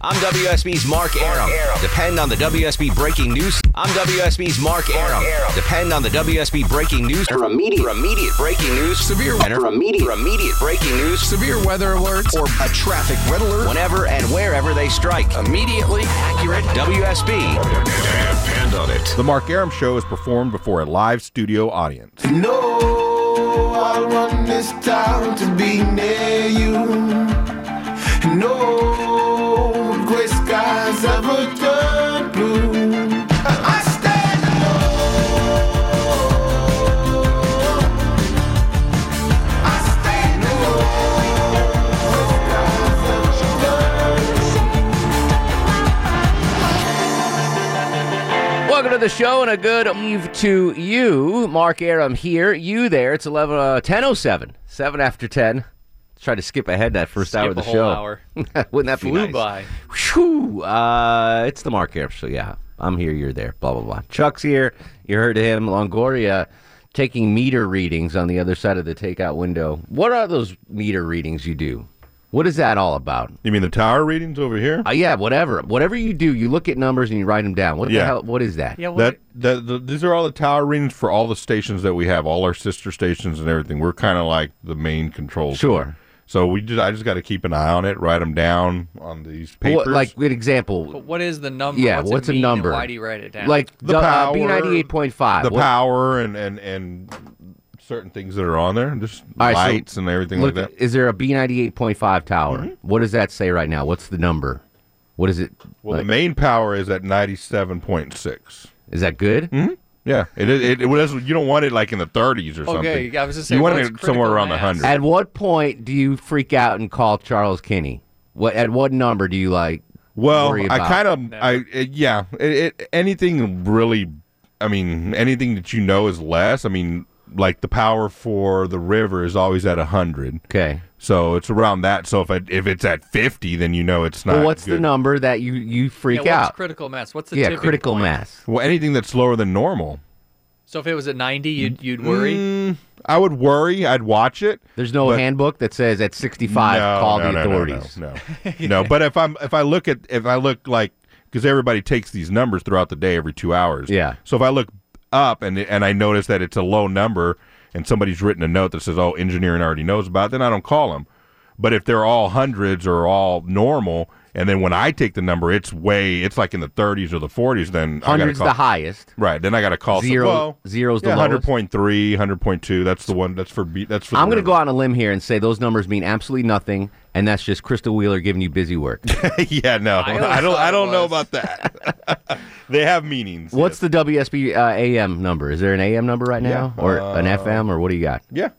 I'm WSB's Mark Aram. Depend on the WSB breaking news. I'm WSB's Mark Aram. Depend on the WSB breaking news for immediate, for immediate breaking news. Severe and for immediate, for immediate breaking news Severe weather alerts or a traffic red alert. whenever and wherever they strike. Immediately accurate. WSB. Depend on it. The Mark Aram Show is performed before a live studio audience. No, I want this town to be near you. No gray skies ever turn blue. I stand alone. I stand alone. Gray skies ever turn blue. Welcome to the show and a good eve to you. Mark Aram here, you there. It's 11, uh, 10.07, 7 after 10. Let's try to skip ahead that first hour of the Skip a show. whole hour. Wouldn't that be Flew nice? by. Whew, uh, it's the Mark Aram show, yeah. I'm here, you're there, blah, blah, blah. Chuck's here, you heard him. Longoria taking meter readings on the other side of the takeout window. What are those meter readings you do? What is that all about? You mean the tower readings over here? Uh, yeah, whatever. Whatever you do, you look at numbers and you write them down. What the Yeah. hell? What is that? Yeah, what, that that the, these are all the tower readings for all the stations that we have, all our sister stations and everything. We're kind of like the main control. Sure. So we just I just got to keep an eye on it, write them down on these papers. What, like an example. but what is the number? Yeah, what's, what's a it mean and number? Why do you write it down? Like The uh, power, B98.5. the What- power and and and certain things that are on there, just All right, so lights and everything Look, like that. Mm-hmm. is there a B98.5 tower? What does that say right now? What's the number? What is it? Well, like, the main power is at ninety seven point six. Mm-hmm. is that good? Yeah, it, it, it, doesn't- you don't want it like in the 30s or something. Okay, I was just saying, you want what's it somewhere critical around the mass? 100. At what point do you freak out and call Charles Kinney? What at what number do you like? Well, worry I about kind of, I it, yeah, it, it, anything really, I mean, anything that you know is less. I mean, like the power for the river is always at hundred, Okay. so it's around that. So if I, if it's at fifty, then you know it's not. well, what's the good. number that you you yeah, freak what's out? critical mass? What's the yeah, tipping critical point? mass. Well, anything that's lower than normal, So if it was at 90, you'd, you'd worry. Mm, Mm, I would worry. I'd watch it. There's no But- handbook that says at 65 no, call no, the no, no, authorities. No, no, no. But if I'm if I look at if I look like because everybody takes these numbers throughout the day every two hours. Yeah. So if I look up and and I notice that it's a low number and somebody's written a note that says, "Oh, engineering already knows about," it, then I don't call them. But if they're all hundreds or all normal, and then when I take the number, it's way it's like in the 30s or the 40s. Then Hundreds I the gotta call, highest. Right. Then I got to call some- Zero- well, zero's the yeah, lowest. 100.3, 100.2. That's the one. That's for be- that's for. the I'm going to river. go on a limb here and say those numbers mean absolutely nothing, and that's just Crystal Wheeler giving you busy work. yeah, no, always I, don't. thought I it don't know was. about that. they have meanings. What's the WSB uh, AM number? Is there an AM number right now, or Uh, an FM, or what do you got? yeah?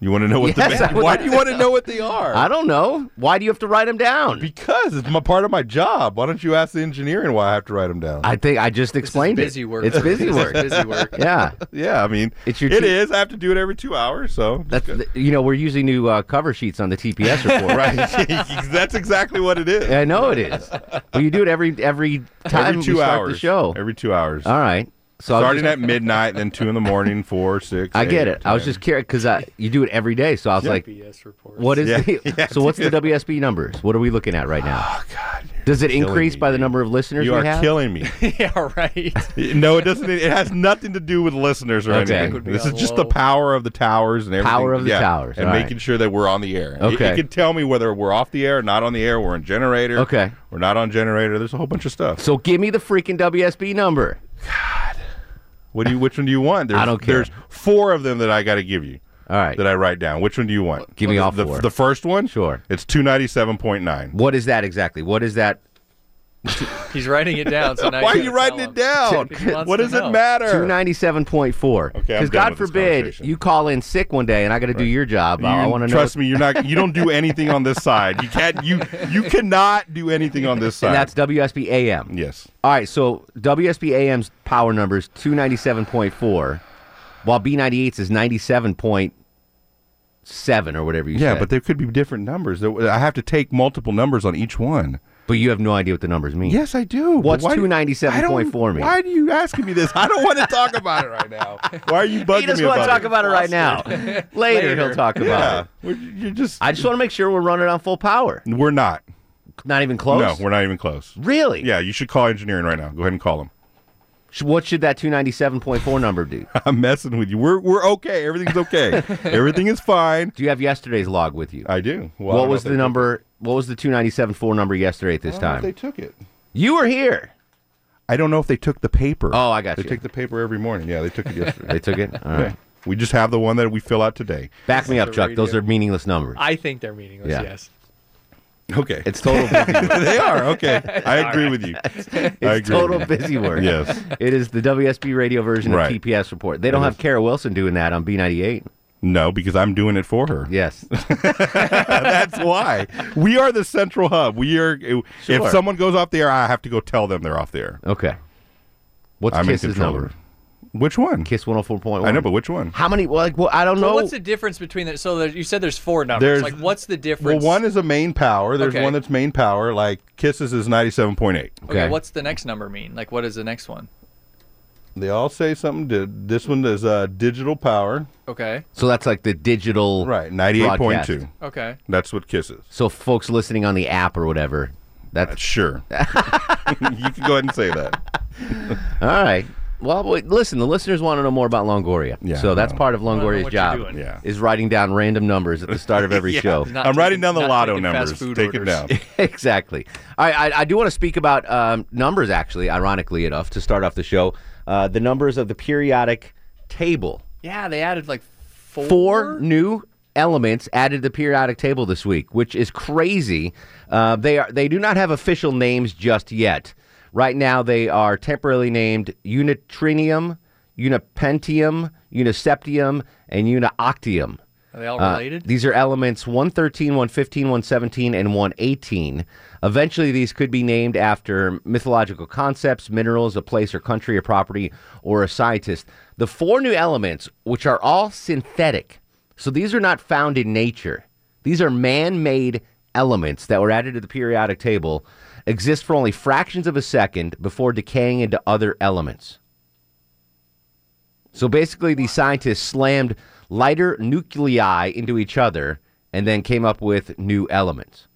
You want to know what Yes, the? I ma- would Why like do you want to know what they are? I don't know. Why do you have to write them down? because it's my part of my job. Why don't you ask the engineering why I have to write them down? I think I just This is explained busy it. work. It's busy This is work. busy work. yeah, yeah, I mean, It's your it te- is. I have to do it every two hours, so that's the- you know we're using new uh, cover sheets on the TPS report. right. that's exactly what it is. I know it is. Well, you do it every every time every two we start hours. the show. Every two hours. All right. So I'll Starting just- at midnight, then two in the morning, four, six. I get eight, it. I was 10. just curious because I you do it every day, so I was like, BS report. What is Yeah, the, yeah, so? What's the WSB numbers? What are we looking at right now? Oh God! Does it increase me, by the number of listeners You we are have? killing me. yeah, right. No, it doesn't. It has nothing to do with listeners or Okay. anything. This is just Whoa. the power of the towers and everything. Power of the Yeah, towers. and All right. making sure that we're on the air. It- Okay. it can tell me whether we're off the air, not on the air, we're on generator, Okay. we're not on generator. There's a whole bunch of stuff. So give me the freaking WSB number. What do you? Which one do you want? There's, I don't care. There's four of them that I got to give you. All right. That I write down. Which one do you want? Give me the, all the, four. The first one. Sure. It's two ninety seven point nine. What is that exactly? What is that? He's writing it down. So now Why are you you writing it down? He wants What to does it know. matter? 297.4. Okay, I'm Because done God with this forbid conversation. you call in sick one day and I got to do your job. I- I You- want to know. trust me, you're not. You don't do anything on this side. You can't. You you cannot do anything on this side. And that's WSB AM. yes. All right, so WSB AM's power number is 297.4, while B98's is 97.7 or whatever you Yeah, said. but there could be different numbers. There- I have to take multiple numbers on each one. but you have no idea what the numbers mean. Yes, I do. but What's why do- 297.4 I mean? don't- Why are you asking me this? I don't want to talk about it right now. Why are you bugging He doesn't me want about to talk it? about it right now. Later, he'll talk about yeah, it. We're- you're just. I just want to make sure we're running on full power. we're not. Not even close. No, we're not even close. really. Yeah, you should call engineering right now. Go ahead and call them. Sh- What should that 297.4 number do? I'm messing with you. We're we're okay. Everything's okay. Everything is fine. Do you have yesterday's log with you? I do. Well, I don't what know was if they the took- number? What was the 297.4 number yesterday at I this don't know if time? They took it. You were here. I don't know if they took the paper. Oh, I got they you. take the paper every morning. Yeah, they took it yesterday. They took it. All right. Okay. We just have the one that we fill out today. Back me up, the Chuck. Those radio. are meaningless numbers. I think they're meaningless. Yeah. Yes. Okay. it's total. Busy, they are. Okay. I agree with you. I it's agree. total with busy work. you. Yes. It is the WSB radio version Right. of TPS report. They don't It have is. Kara Wilson doing that on B98. No, because I'm doing it for her. Yes. That's why. We are the central hub. We are Sure. if someone goes off the air, I have to go tell them they're off the air. Okay. What's I'm in Kiss's control. number? Which one? Kiss 104.1. I know, but which one? how many? Well, like, well, I don't Well, know. what's the difference between that? So there, you said there's four numbers. There's- like, what's the Well, difference? one is a main power. There's Okay. one that's main power. Like Kisses is 97.8. okay. Okay. What's the next number mean? Like, what is the next one? They all say something. To, this one is uh, digital power. Okay. so that's like the digital. Right, 98.2. broadcast. Okay. That's what Kisses. So folks listening on the app or whatever. That's Sure. you can go ahead and say that. all right. Well, wait, listen. The listeners want to know more about Longoria. Yeah, so that's no. part of know Longoria's what you're job. doing. Yeah. Is writing down random numbers at the start of every show. Not I'm writing taking- down the not lotto taking fast numbers. food Take them orders. down. exactly. I, I I do want to speak about um, numbers, actually, ironically enough, to start off the show. Uh, the numbers of the periodic table. Yeah, they added like four. Four new elements added to the periodic table this week, which is crazy. Uh, they are they do not have official names just yet. Right now, they are temporarily named Unitrinium, Unipentium, Uniseptium, and Unioctium. Are they all Uh, related? these are elements 113, 115, 117, and 118. Eventually, these could be named after mythological concepts, minerals, a place or country, a property, or a scientist. The four new elements, which are all synthetic, so these are not found in nature, these are man made elements that were added to the periodic table, exist for only fractions of a second before decaying into other elements. So basically, these scientists slammed lighter nuclei into each other and then came up with new elements.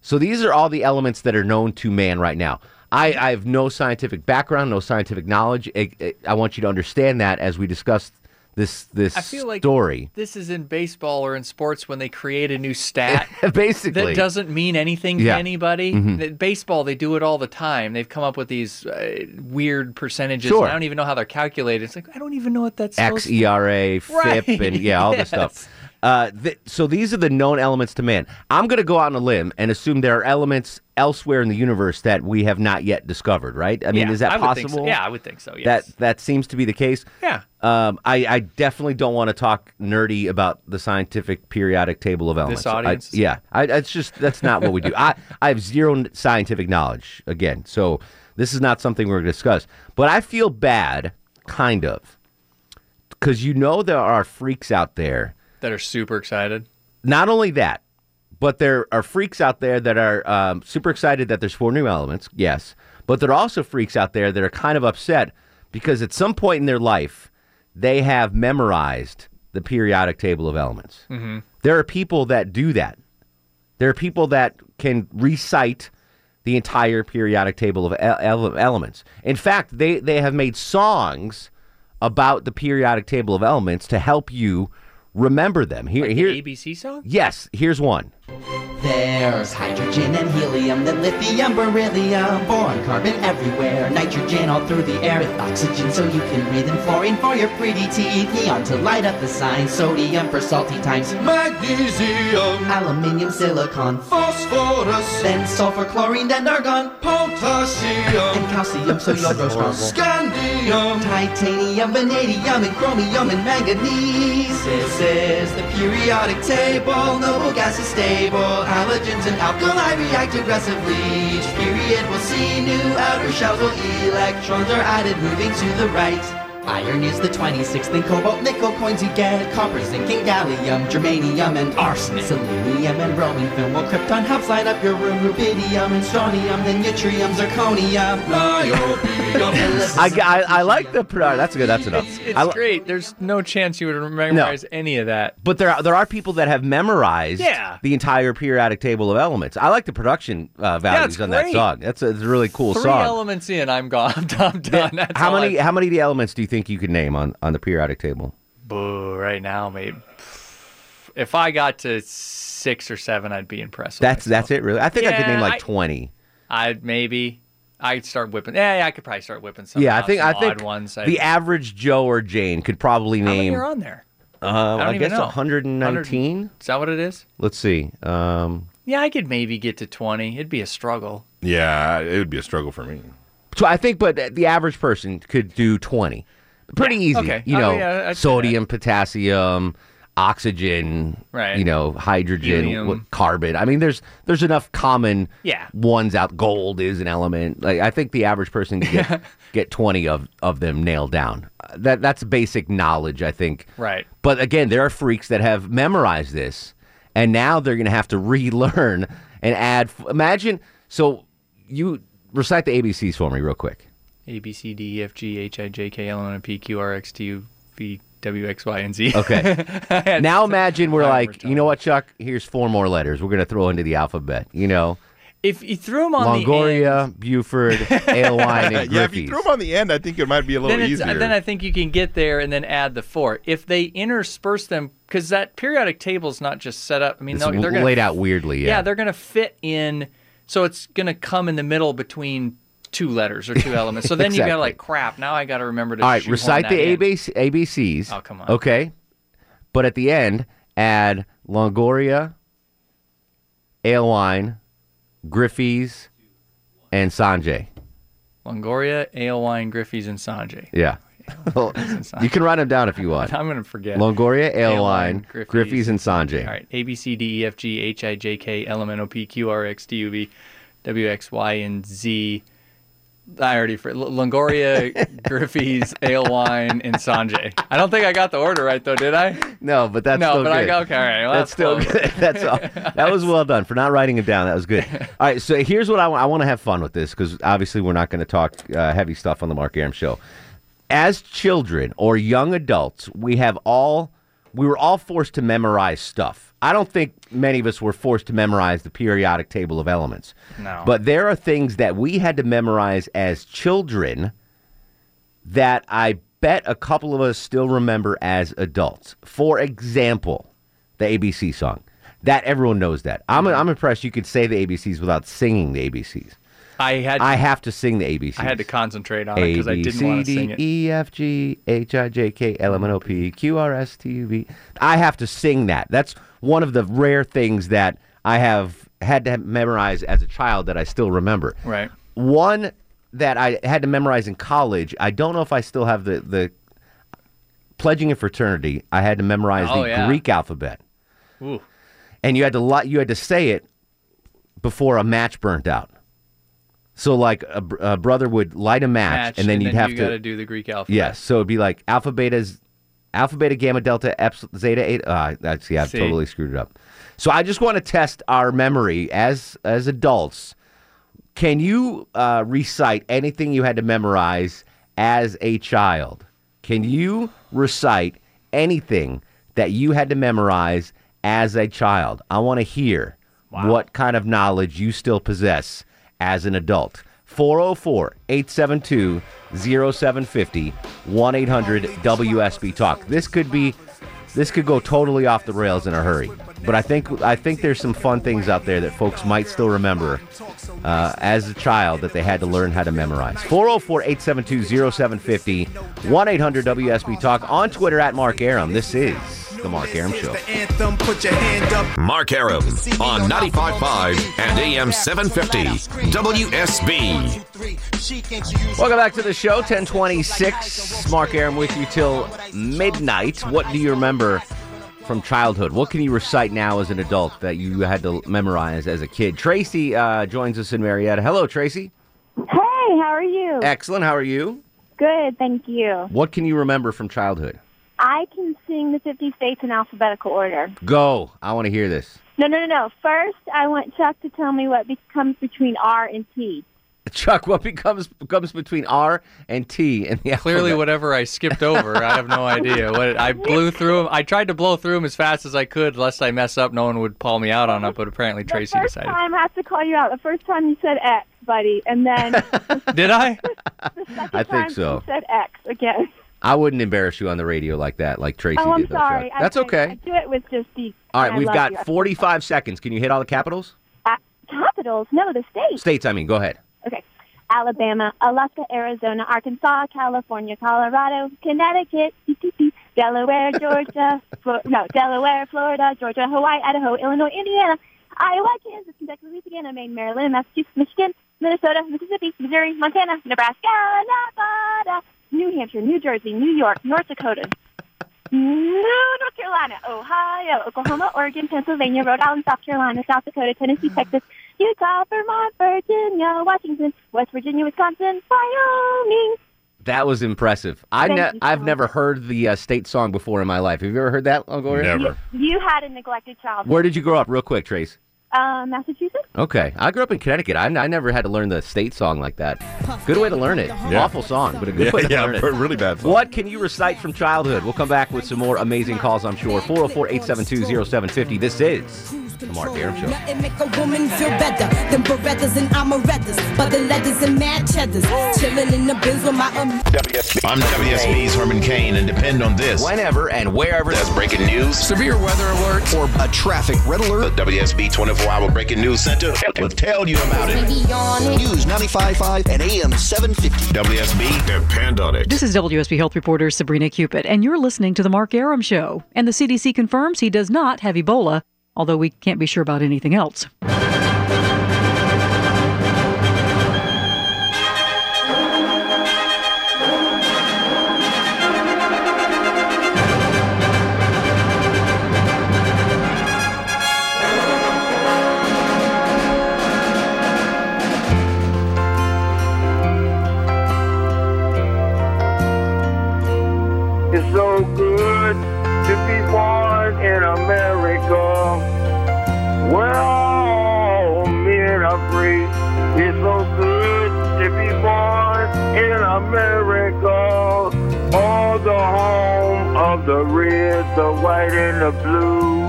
So these are all the elements that are known to man right now. I, I have no scientific background, no scientific knowledge. I, I- I want you to understand that as we discuss this this I feel like story. This is in baseball or in sports when they create a new stat. Basically, That doesn't mean anything Yeah. Mm-hmm. to anybody. That Baseball, they do it all the time. They've come up with these uh, weird percentages. and Sure. I don't even know how they're calculated. It's like I don't even know what that's. X, E supposed to- ERA, Right, FIP, and yeah, all this yes. stuff. Uh, th- so these are the known elements to man. I'm going to go out on a limb and assume there are elements elsewhere in the universe that we have not yet discovered. Right? I mean, Yeah, is that I would think so. possible? Yeah, I would think so. Yes. That that seems to be the case. Yeah. Um, I, I definitely don't want to talk nerdy about the scientific periodic table of elements. I- audience is- yeah. I, it's just that's not what we do. I I have zero n- scientific knowledge again, so this is not something we're going to discuss. But I feel bad, kind of, because you know there are freaks out there that are super excited. not only that, but there are freaks out there that are um, super excited that there's four new elements, yes, but there are also freaks out there that are kind of upset because at some point in their life, they have memorized the periodic table of elements. Mm-hmm. There are people that do that. There are people that can recite the entire periodic table of el- ele- elements. In fact, they, they have made songs about the periodic table of elements to help you remember them. Here, The here, ABC song. Yes, here's one. There's hydrogen and helium, then lithium, beryllium, boron, carbon everywhere, nitrogen all through the air with oxygen so you can breathe, and fluorine for your pretty teeth, neon to light up the sign, sodium for salty times, Magnesium, aluminium, silicon, phosphorus, then sulfur, chlorine, then argon, potassium. and Scandium. calcium, so your gross mouse. Scandium. Titanium, vanadium, and chromium, and manganese. This is the periodic table. Noble gas is stable. Halogens and alkali react aggressively. Each period will see new outer shells while electrons are added, moving to the right. Iron is the 26th, and cobalt, nickel coins you get. Copper, zinc, and gallium, germanium, and arsenic. Selenium and bromine film will krypton helps light up your room. Rubidium and strontium, then yttrium, zirconium, niobium. I, I, I like the pro. That's good. That's enough. It's, it's I li- great. There's no chance you would memorize any of that. But there are, there are people that have memorized Yeah. the entire periodic table of elements. I like the production uh, values it's on that great. song. That's a, it's a really cool Three song. elements in, I'm gone. I'm done. That's how all many I- how many of the elements do you think you could name on, on the periodic table? Boo, right now, maybe. If I got to six or seven, I'd be impressed. with That's myself. that's it really. I think I could Yeah, name like I- 20. I'd maybe. I'd start whipping. Yeah, yeah, I could probably start whipping some. yeah, I out, think some I think odd ones. the average Joe or Jane could probably how many name are on there? uh, I don't I, even guess know. 119. Is that what it is? Let's see. Um, Yeah, I could maybe get to twenty. It'd be a struggle. Yeah, it would be a struggle for me. So I think, but the average person could do 20. Pretty easy. Okay. You Oh, know, yeah, I'd say sodium, potassium, oxygen, Right. you know, hydrogen, Helium. what, carbon. I mean, there's there's enough common Yeah. ones out. Gold is an element. Like I think the average person could get, get 20 of, of them nailed down. Uh, That That's basic knowledge, I think. Right. But again, there are freaks that have memorized this, and now they're going to have to relearn and add. Imagine. So you recite the ABCs for me, real quick. A B C D E F G H I J K L M N O P Q R X T U V W X Y and Z. Okay. And now imagine we're I like, remember you know what, Chuck? Here's four more letters. We're going to throw into the alphabet. You know, if you threw them on the end, Longoria, Buford, Alewine, and yeah, if you Griffey's. threw them on the end, I think it might be a little then, it's, uh, easier. then I think you can get there and then add the four. If they intersperse them, because that periodic table's not just set up. I mean, It's no, they're going laid out weirdly. Yeah, Yeah. they're going to fit in. So it's going to come in the middle between two letters or two elements. So then you got to Exactly. like, crap. Now I got to remember to. All right, shoehorn recite that the in. ABC, ABCs. Oh, come on. Okay. But at the end, add Longoria, Alewine, Griffey's, and Sanjay. Longoria, Aylwine, Griffey's, and Sanjay. Yeah. you can write them down if you want. I'm going to forget. Longoria, Alewine, Alewine, Griffey's. Griffey's, and Sanjay. All right, A B C D E F G H I J K L M N O P Q R X T U V W X Y and Z. I already for Longoria, Griffey's, Alewine, and Sanjay. I don't think I got the order right though, did I? No, but that's no, still but I good. got okay. All right, well, that's still close. good. That's all. That was well done for not writing it down. That was good. All right, so here's what I want. I want to have fun with this because obviously we're not going to talk uh, heavy stuff on the Mark Aram show. As children or young adults, we have all we were all forced to memorize stuff. I don't think many of us were forced to memorize the periodic table of elements. No. But there are things that we had to memorize as children that I bet a couple of us still remember as adults. For example, the ABC song. That everyone knows that. I'm, I'm impressed you could say the ABCs without singing the ABCs. I had I have to sing the ABCs. I had to concentrate on it A because I B didn't C want to sing D it. E F G H I J K L M N O P E Q R S T U V. I have to sing that. That's one of the rare things that I have had to memorize as a child that I still remember. Right. One that I had to memorize in college. I don't know if I still have the the pledging a fraternity. I had to memorize Oh, the yeah. Greek alphabet, Ooh. and you had to li- you had to say it before a match burnt out. So like a, br- a brother would light a match, Match, and then you'd have you to gotta do the Greek alphabet. Yes. So it'd be like alpha beta's alpha beta gamma delta epsilon zeta eight. Uh, that's yeah. I've See. totally screwed it up. So I just want to test our memory as as adults. Can you uh, recite anything you had to memorize as a child? Can you recite anything that you had to memorize as a child? I want to hear what kind of knowledge you still possess as an adult. 404 872 0750 1 800 WSB Talk. This could be. This could go totally off the rails in a hurry, but I think I think there's some fun things out there that folks might still remember uh, as a child that they had to learn how to memorize. 404-872-0750, 1-800-WSB Talk on Twitter at Mark Aram. This is The Mark Aram Show. Mark Aram on 95.5 and AM 750 WSB. Welcome back to the show, 1026. Mark Aram with you till midnight. What do you remember from childhood? What can you recite now as an adult that you had to memorize as a kid? Tracy uh, joins us in Marietta. Hello, Tracy. Hey, how are you? Excellent. How are you? Good, thank you. What can you remember from childhood? I can sing the 50 states in alphabetical order. Go. I want to hear this. No, no, no, no. First, I want Chuck to tell me what be- comes between R and T. Chuck, what becomes comes between R and T in the Clearly, alphabet? whatever I skipped over, I have no idea. What I blew through 'em- I tried to blow through them as fast as I could, lest I mess up. No one would call me out on it, but apparently Tracy the first decided. time I have to call you out. The first time you said X, buddy, and then the Did I? second I time think so. you said X again. I wouldn't embarrass you on the radio like that, like Tracy oh, I'm did. Though, sorry. Chuck. That's I, okay. I, I do it with just the. all right, I we've love got you. 45 seconds. Can you hit all the capitals? Uh, capitals? No, the states. States, I mean. Go ahead. Okay. Alabama, Alaska, Arizona, Arkansas, California, Colorado, Connecticut, Delaware, Georgia, Flo- no, Delaware, Florida, Georgia, Hawaii, Idaho, Illinois, Indiana, Iowa, Kansas, Kentucky, Louisiana, Maine, Maryland, Massachusetts, Michigan, Minnesota, Mississippi, Missouri, Montana, Nebraska, Nevada, New Hampshire, New Jersey, New York, North Dakota, no, North Carolina, Ohio, Oklahoma, Oregon, Pennsylvania, Rhode Island, South Carolina, South Dakota, Tennessee, Texas, Utah, Vermont, Virginia, Washington, West Virginia, Wisconsin, Wyoming. That was impressive. I Thank ne- you, I've Tom. never heard the uh, state song before in my life. Have you ever heard that, Longoria? Never. You had a neglected childhood. Where did you grow up, real quick, Trace? Uh, Massachusetts? Okay, I grew up in Connecticut. I, I never had to learn the state song like that. Good way to learn it. Yeah. Awful song, but a good Yeah, way to yeah, learn it. really bad. song. What can you recite from childhood? We'll come back with some more amazing calls, I'm sure. 404 872 0750. This is The Mark Aram Show. Nothing make a woman feel better than Berettas and Amarettas, but the letters and mad cheddars. Chilling in the bins with my um. I'm WSB's Herman Kane, and depend on this. Whenever and wherever. That's breaking news. Severe weather alert. Or a traffic red The alert. WSB 24 hour breaking news center will tell you about it. News 95.5 and AM 750. WSB, depend on it. This is WSB Health reporter Sabrina Cupid, and you're listening to The Mark Aram Show. And the CDC confirms he does not have Ebola, although we can't be sure about anything else. It's so good to be born in America. Where all men are free. It's so good to be born in America. All the home of the red, the white, and the blue.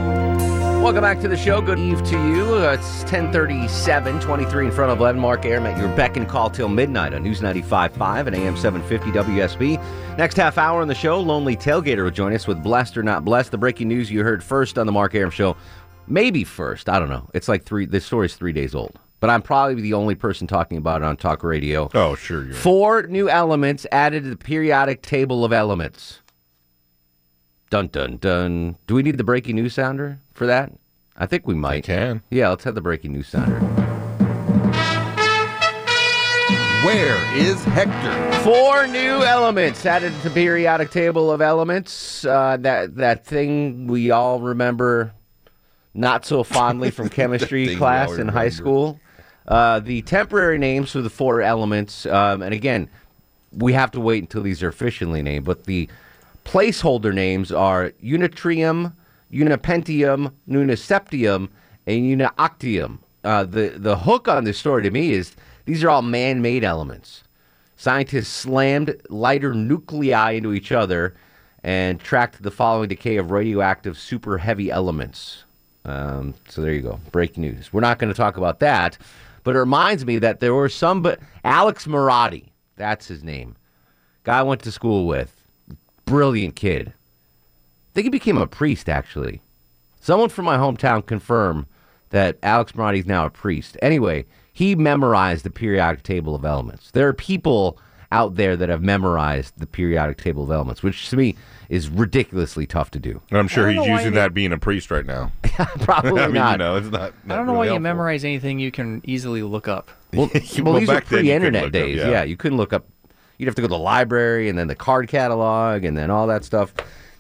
Welcome back to the show. Good eve to you. Uh, it's 1037, 23 in front of 11. Mark Aram at your beck and call till midnight on News 95.5 and AM 750 WSB. Next half hour on the show, Lonely Tailgater will join us with Blessed or Not Blessed. The breaking news you heard first on the Mark Aram Show. Maybe first. I don't know. It's like three, this story's three days old. But I'm probably the only person talking about it on talk radio. Oh, sure you. are. Four new elements added to the periodic table of elements. Dun dun dun. Do we need the breaking news sounder for that? I think we might. can. Yeah, let's have the breaking news sounder. Where is Hector? Four new elements added to the periodic table of elements. Uh, that that thing we all remember not so fondly from chemistry thing we class all in high remember. school. Uh, the temporary names for the four elements, um, and again, we have to wait until these are officially named. But the placeholder names are unitrium, unipentium, nuniseptium, and unioctium. Uh, the the hook on this story to me is these are all man-made elements. Scientists slammed lighter nuclei into each other and tracked the following decay of radioactive super heavy elements. Um, so there you go. Break news. We're not going to talk about that, but it reminds me that there were some. But Alex Marotti, that's his name, guy I went to school with, brilliant kid. I think he became a priest actually. Someone from my hometown confirmed that Alex Marotti is now a priest. Anyway, he memorized the periodic table of elements. There are people out there that have memorized the periodic table of elements, which to me is ridiculously tough to do. And I'm sure I don't he's know why using they- that being a priest right now. Probably I mean, not. You know, it's not. I don't know why you memorize anything you can easily look up. Well, well, Well, these are back then you couldn't pre-internet look up, days. yeah. yeah. you couldn't look up. You'd have to go to the library and then the card catalog and then all that stuff.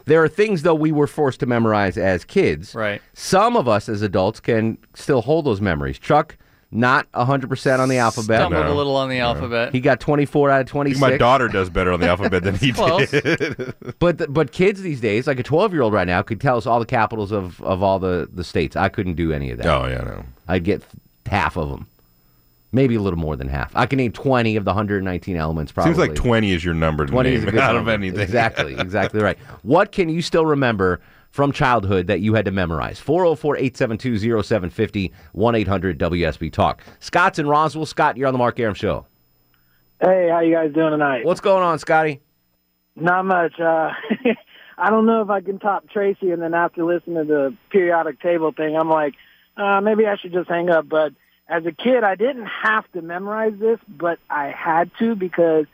There are things though we were forced to memorize as kids. Right. Some of us as adults can still hold those memories. Chuck, not hundred percent on the alphabet. Stumbled a little on the alphabet. He got twenty four out of I twenty think six. my daughter does better on the alphabet than he Close. did. But th- but kids these days, like a twelve year old right now, could tell us all the capitals of, of all the, the states. I couldn't do any of that. Oh yeah, no. I'd get half of them, maybe a little more than half. I can name twenty of the hundred and nineteen elements. Probably Seems like 20 is your number to 20 name is a good out of number. anything. Exactly, exactly right. What can you still remember from childhood that you had to memorize? 404 872 0750 1 800 WSB Talk. Scott's in Roswell. Scott, you're on the Mark Aram Show. Hey, how you guys doing tonight? What's going on, Scotty? Not much. Uh, I don't know if I can top Tracy, and then after listening to the periodic table thing, I'm like, uh, maybe I should just hang up. But as a kid, I didn't have to memorize this, but I had to because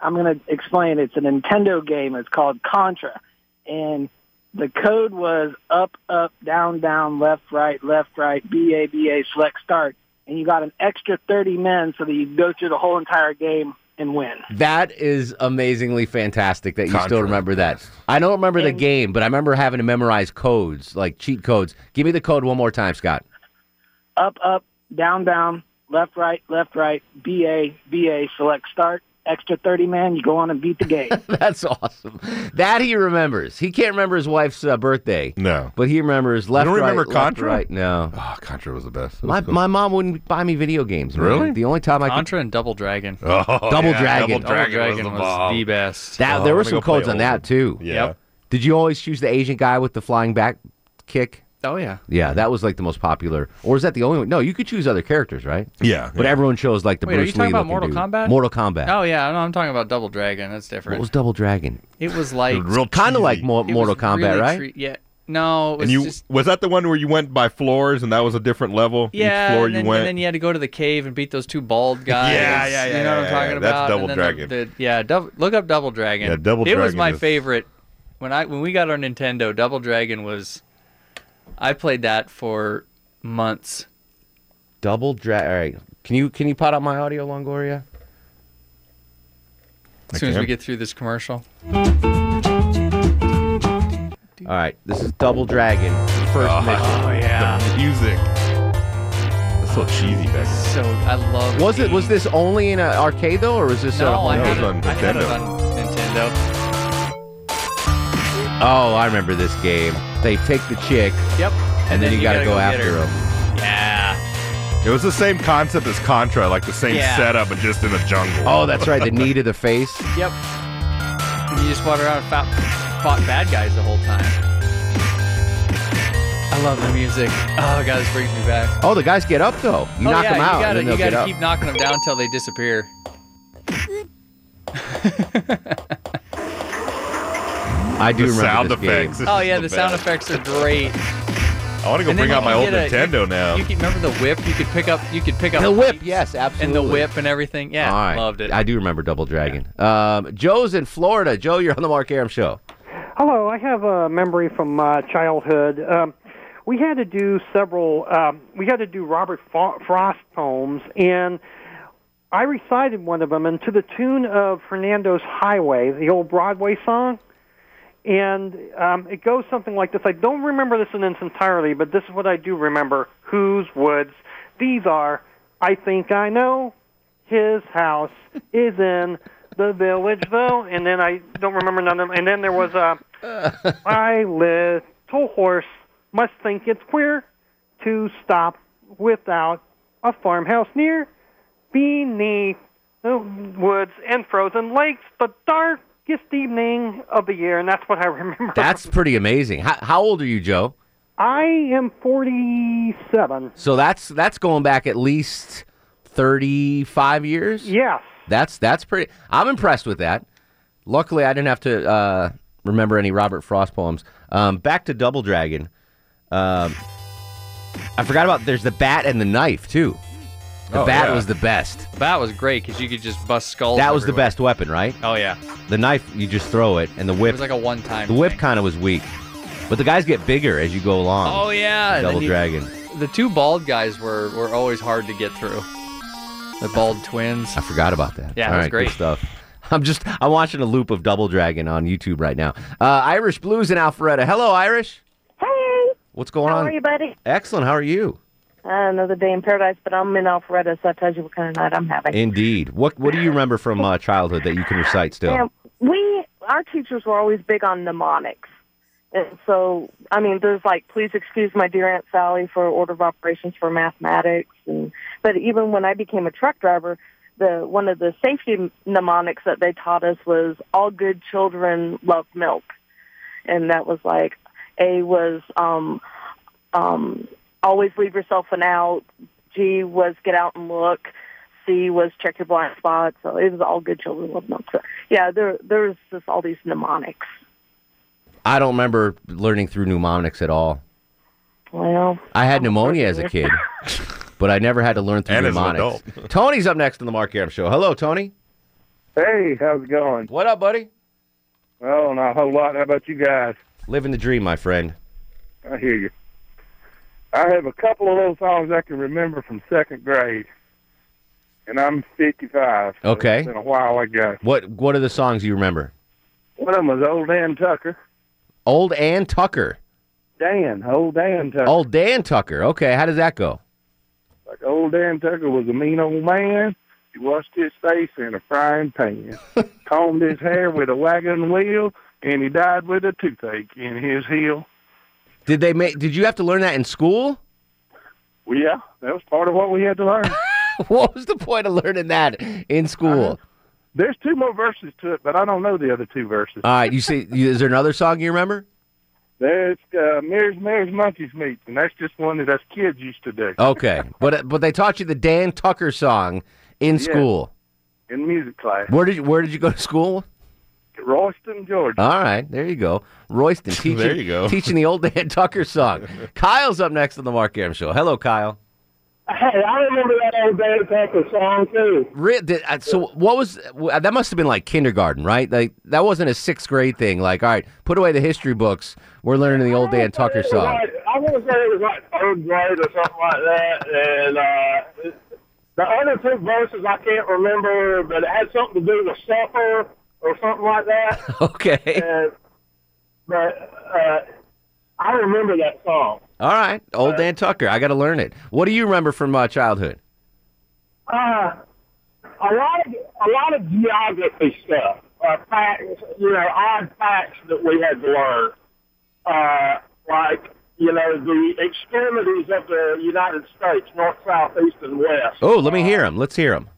I'm going to explain. It's a Nintendo game. It's called Contra, and the code was up, up, down, down, left, right, left, right, B A B A, select, start, and you got an extra 30 men so that you go through the whole entire game and win. That is amazingly fantastic that you still remember that. I don't remember the game, but I remember having to memorize codes, like cheat codes. Give me the code one more time, Scott. up, up, down, down, left, right, left, right, BA, BA, select start, extra 30 man, you go on and beat the game. That's awesome. That he remembers. He can't remember his wife's uh, birthday. No. But he remembers left, don't right, remember left, Contra? right. No. Oh, Contra was the best. My, my mom wouldn't buy me video games. man. Really? The only time I could. Contra and Double Dragon. Oh, Double yeah, Dragon. Double Double Dragon Dragon was the was bomb. the best. That, Uh, Oh, there were I'm gonna some go play codes on old. that too. Yeah. Yep. Did you always choose the Asian guy with the flying back kick? Oh yeah. Yeah, that was like the most popular. Or is that the only one? No, you could choose other characters, right? Yeah, But yeah. everyone chose like the Wait, are Bruce you talking Lee about looking Mortal dude. Kombat? Mortal Kombat. Oh yeah, no, I'm talking about Double Dragon. That's different. What was Double Dragon? It was like kind of like Mor- It was Mortal Kombat, really right? tre- yeah. No, it was and you just was that the one where you went by floors and that was a different level? yeah. Each floor and, then, you went. and then you had to go to the cave and beat those two bald guys. Yeah, yeah, yeah, You know what yeah, I'm talking yeah. That's about? Double And then the- Dragon. the- yeah, dou- look up Double Dragon. Yeah, Double it was Dragon my is- favorite. When I when we got our Nintendo, Double Dragon was. I played that for months. Double Dragon. All right. Can you can you pot up my audio, Longoria? As soon as Okay. we get through this commercial. All right. This is Double Dragon. First oh, mission. yeah, the music. That's so cheesy back. then. So I love. Was it was this only in an arcade though, or was this uh, a No, whole I new- had, it, I had it on Nintendo. Oh, I remember this game. They take the chick. Yep. And, then, you, gotta, go get after her. him. Yeah. It was the same concept as Contra, like the same Yeah. setup, and just in a jungle. Oh, that's right. The knee to the face. Yep. And you just walked around and fought, fought bad guys the whole time. I love the music. Oh god, this brings me back. Oh, the guys get up though. You oh, knock yeah, them out, You gotta, and then you they'll gotta get keep up. knocking them down until they disappear. I do The remember sound this effects. game. Oh yeah, the, This is the sound best. effects are great. I want to go And then bring you out my can old get a- Nintendo now. You can remember the whip? You could pick up. You could pick up The whip, lights yes, and absolutely. the whip and everything. Yeah, All right. loved it. I do remember Double Dragon. Um, Joe's in Florida. Joe, you're on the Mark Aram show. Hello, I have a memory from uh, childhood. Um, we had to do several. Um, we had to do Robert Fo- Frost poems, and I recited one of them, and to the tune of Fernando's Highway, the old Broadway song. And um, it goes something like this. I don't remember this in its entirely, but this is what I do remember. Whose woods? These are. I think I know. His house is in the village, though. And then I don't remember none of them. And then there was uh, a. My little horse must think it's queer to stop without a farmhouse near beneath the woods and frozen lakes, the darkest evening of the year. And that's what I remember. That's pretty amazing. How, how old are you, Joe? I am 47. So that's that's going back at least thirty five years. Yes. That's that's pretty. I'm impressed with that. Luckily, I didn't have to uh, remember any Robert Frost poems. Um, back to Double Dragon. Um, I forgot about. There's the bat and the knife too. The Oh, bat yeah. was the best. That was great because you could just bust skulls. That was the everywhere. best weapon, right? Oh yeah, The knife, you just throw it, and the whip. was like a one-time The whip kind of was weak, but the guys get bigger as you go along. Oh, yeah, and Double then you- Dragon. the two bald guys were were always hard to get through. The bald twins. I forgot about that. Yeah, it All was right, great. good stuff. I'm just I'm watching a loop of Double Dragon on YouTube right now. Uh, Irish Blues in Alpharetta. Hello, Irish. Hey, What's going how on? are you, buddy? Excellent. How are you? Uh, another day in paradise, but I'm in Alpharetta, so I tells you what kind of night I'm having. Indeed. What What do you remember from uh, childhood that you can recite still? And we, our teachers were always big on mnemonics. And so, I mean, there's like, please excuse my dear Aunt Sally for order of operations for mathematics. And, but even when I became a truck driver, the, one of the safety mnemonics that they taught us was all good children love milk. And that was like, A was, um, um, always leave yourself an out. G was get out and look. C was check your blind spots. So it was all good children love milk. So, yeah, there there's just all these mnemonics. I don't remember learning through mnemonics at all. Well, I had pneumonia as a kid, but I never had to learn through And as an mnemonics. Tony's up next on the Mark Aram Show. Hello, Tony. Hey, how's it going? What up, buddy? Well, not a whole lot. How about you guys? Living the dream, my friend. I hear you. I have a couple of little songs I can remember from second grade, and I'm 55. so Okay. It's been a while, I guess. What What are the songs you remember? One of them was Old Dan Tucker. Old Ann Tucker. Dan, Old Dan Tucker. Old Oh, Dan Tucker. Okay, how does that go? Like Old Dan Tucker was a mean old man. He washed his face in a frying pan, combed his hair with a wagon wheel, and he died with a toothache in his heel. Did they make? Did you have to learn that in school? Well, yeah, that was part of what we had to learn. what was the point of learning that in Uh-huh. school? There's two more verses to it, but I don't know the other two verses. All right, you see, you- is there another song you remember? There's uh, Mary's Mary's Monkeys Meet, and that's just one that us kids used to do Okay, but but they taught you the Dan Tucker song in Yeah. school. in music class. Where did you, where did you go to school? Royston, Georgia. All right, there you go, Royston teaching There you go. teaching the old Dan Tucker song. Kyle's up next on the Mark Aram Show. Hello, Kyle. Hey, I remember that old Dan Tucker song too. Re- did, uh, so what was w- uh, that? Must have been like kindergarten, right? Like that wasn't a sixth grade thing. Like, all right, put away the history books. We're learning the old Dan Tucker It was song. like- I want to say it was like third grade or something like that. And uh, the other two verses I can't remember, but it had something to do with supper or something like that. Okay. And, but uh, I remember that song. All right, old Dan Tucker. I got to learn it. What do you remember from uh, childhood? Uh, a lot of a lot of geography stuff, uh, facts, you know, odd facts that we had to learn, uh, like you know the extremities of the United States, north, south, east, and west. Oh, let me hear him. Let's hear him.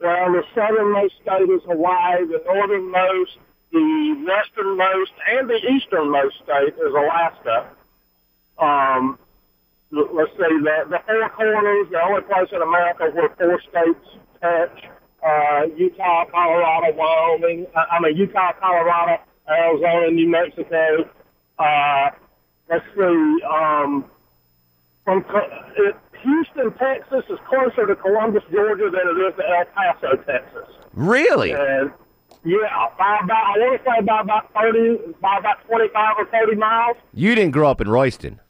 Well, the southernmost state is Hawaii. The northernmost, the westernmost, and the easternmost state is Alaska. Um, l- let's see, the, the Four Corners, the only place in America where four states touch, uh, Utah, Colorado, Wyoming, uh, I mean, Utah, Colorado, Arizona, New Mexico. Uh, let's see, um, from Co- it, Houston, Texas is closer to Columbus, Georgia than it is to El Paso, Texas. Really? And yeah, by about I want to say by about thirty, by about twenty-five or thirty miles. You didn't grow up in Royston.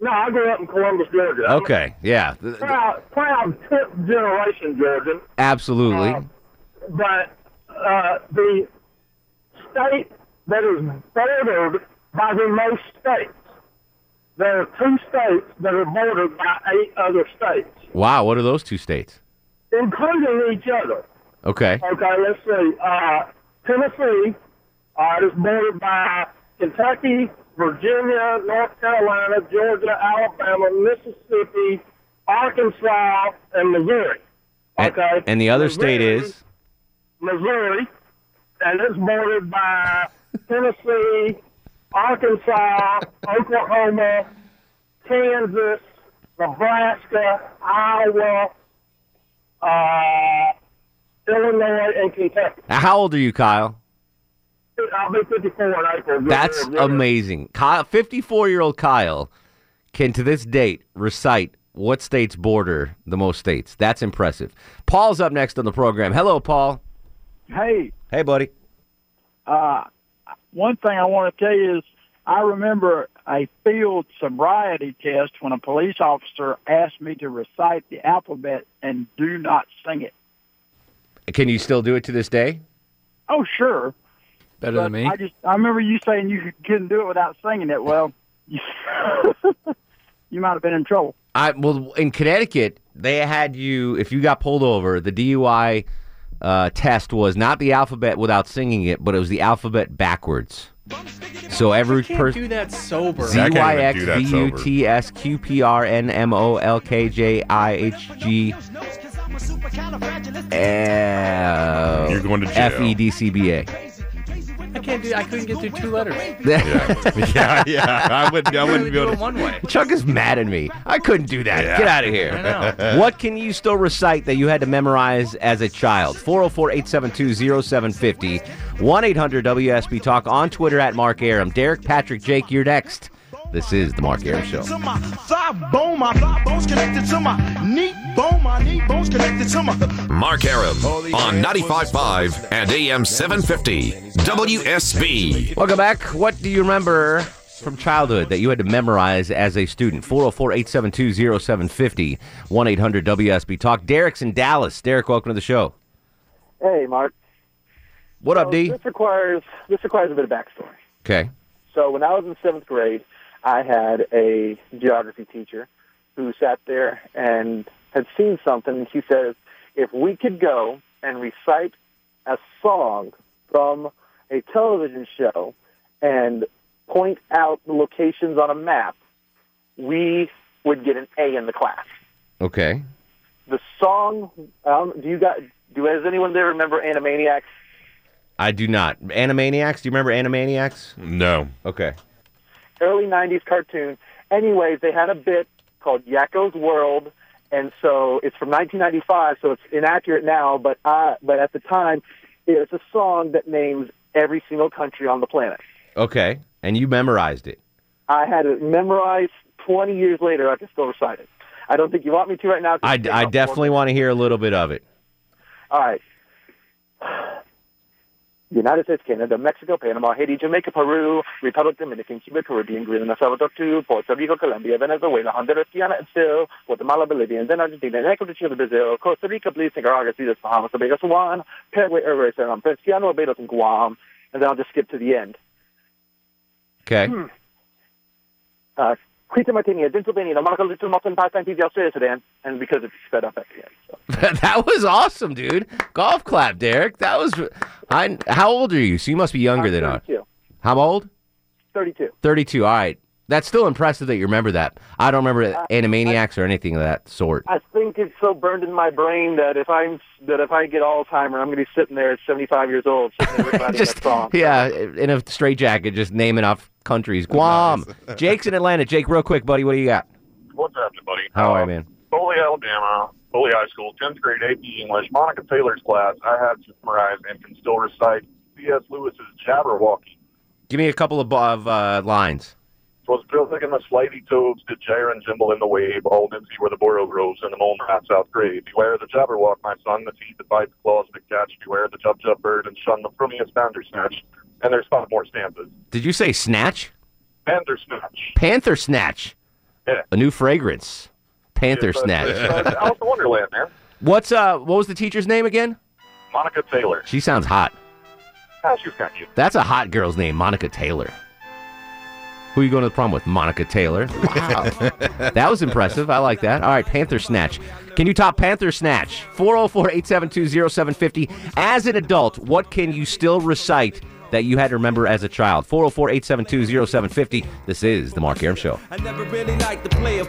No, I grew up in Columbus, Georgia. I'm a Okay. Yeah. th- th- proud, proud fifth generation Georgian, Absolutely. but uh, the state that is bordered by the most states. There are two states that are bordered by eight other states, Wow. What are those two states? including each other. Okay. Okay, let's see. Uh, Tennessee uh, is bordered by Kentucky, Virginia, North Carolina, Georgia, Alabama, Mississippi, Arkansas, and Missouri. And, and the other state is Missouri, and it's bordered by Tennessee, Arkansas, Oklahoma, Kansas, Nebraska, Iowa, uh, Illinois, and Kentucky. how old are you, Kyle? I'll be 54 in April. That's amazing. Kyle, fifty-four-year-old Kyle, can to this date recite What states border the most states? That's impressive. Paul's up next on the program. Hello, Paul. Hey, Hey, buddy. uh, one thing I want to tell you is I remember a field sobriety test when a police officer asked me to recite the alphabet and do not sing it. Can you still do it to this day? Oh, sure. Better But I just I remember you saying you couldn't do it without singing it. Well, you, you might have been in trouble. I well in Connecticut they had you if you got pulled over the DUI uh, test was not the alphabet without singing it but it was the alphabet backwards. So every Can't person do that sober. Z Y X V U T S Q P R N M O L K J I H G. You're going to jail. F E D C B A. I can't do. I couldn't get through two letters. Yeah, yeah, yeah. I wouldn't. I wouldn't be able to. One way. Chuck is mad at me. I couldn't do that. Get out of I here. know. what can you still recite that you had to memorize as a child? 404 872 0750. 1 800 WSB Talk on Twitter at Mark Aram. Derek Patrick Jake, you're next. This is The Mark Aram Show. To my thigh bone, my thigh bone's connected to my knee bone, my knee bone's connected to my. Mark Aram on 95.5 and AM 750 WSB. Welcome back. What do you remember from childhood that you had to memorize as a student? 404 872 0750. 1 800 WSB Talk. Derek's in Dallas. Derek, welcome to the show. Hey, Mark. What up, So D? This requires this requires a bit of backstory. Okay. So when I was in seventh grade, I had a geography teacher who sat there and had seen something. And she says, if we could go and recite a song from a television show and point out the locations on a map, we would get an A in the class. Okay. The song, um, do you got? Do does anyone there remember Animaniacs? I do not. Animaniacs? Do you remember Animaniacs? No. Okay. early 90s cartoon. Anyways, they had a bit called Yakko's World, and so it's from 1995, so it's inaccurate now, but I, but at the time, it's a song that names every single country on the planet. Okay. And you memorized it. I had it memorized 20 years later. I can still recite it. I don't think you want me to right now. 'cause I, it came I out definitely want to hear a little bit of it. All right. United States, Canada, Mexico, Panama, Haiti, Jamaica, Peru, Republic Dominican, Cuba, Caribbean, Greenland, El Salvador, Two, Puerto Rico, Colombia, Venezuela, Honduras, Guyana, and still, Guatemala, Bolivia, and then Argentina, and Ecuador, Chile, Brazil, Costa Rica, Belize, Nicaragua, Sweden, Bahamas, Tobago, Swan, Paraguay, Uruguay, San Juan, Piano, Barbados, and Guam. And then I'll just skip to the end. Okay. Uh, Crete, Martinia, Pennsylvania, Monaco, Little Mountain, Palestine, Fiji, Australia, Sudan, and because it's sped up at the end. that was awesome, dude. Golf clap, Derek. That was. I, how old are you? So you must be younger than I. 32. How old? 32. 32. All right. That's still impressive that you remember that. I don't remember Animaniacs or anything of that sort. I think it's so burned in my brain that if I'm that if I get Alzheimer, I'm going to be sitting there at 75 years old, sitting there reciting that song. Yeah, in a straitjacket, just naming off countries. Guam. Jake's in Atlanta. Jake, real quick, buddy, what do you got? What's happening, buddy? How are you, man? Foley, Alabama, Foley High School, 10th grade AP English, Monica Taylor's class. I had to memorize and can still recite C.S. Lewis's Jabberwocky. Give me a couple of, of uh, lines. Twas built in the slaty tobes, did gyre and gimble in the wave, all nimsy where the boreal grows and the mole rats out grave. Beware the Jabberwock, my son, the teeth that bite the claws that catch. Beware the jub jub bird and shun the frumious bandersnatch. And there's five more stanzas. Did you say snatch? Bandersnatch. Panther Snatch. Yeah. A new fragrance. Panther It's, uh, Snatch. it's, uh, Alice in Wonderland, man. What's uh what was the teacher's name again? Monica Taylor. She sounds hot. Ah, she's kind of cute. That's a hot girl's name, Monica Taylor. Who are you going to the prom with? Monica Taylor. Wow. that was impressive. I like that. All right, Panther Snatch. Can you top Panther Snatch? 404 872 0750. As an adult, what can you still recite that you had to remember as a child? 404 872 0750. This is The Mark Aram Show. I never really liked the play of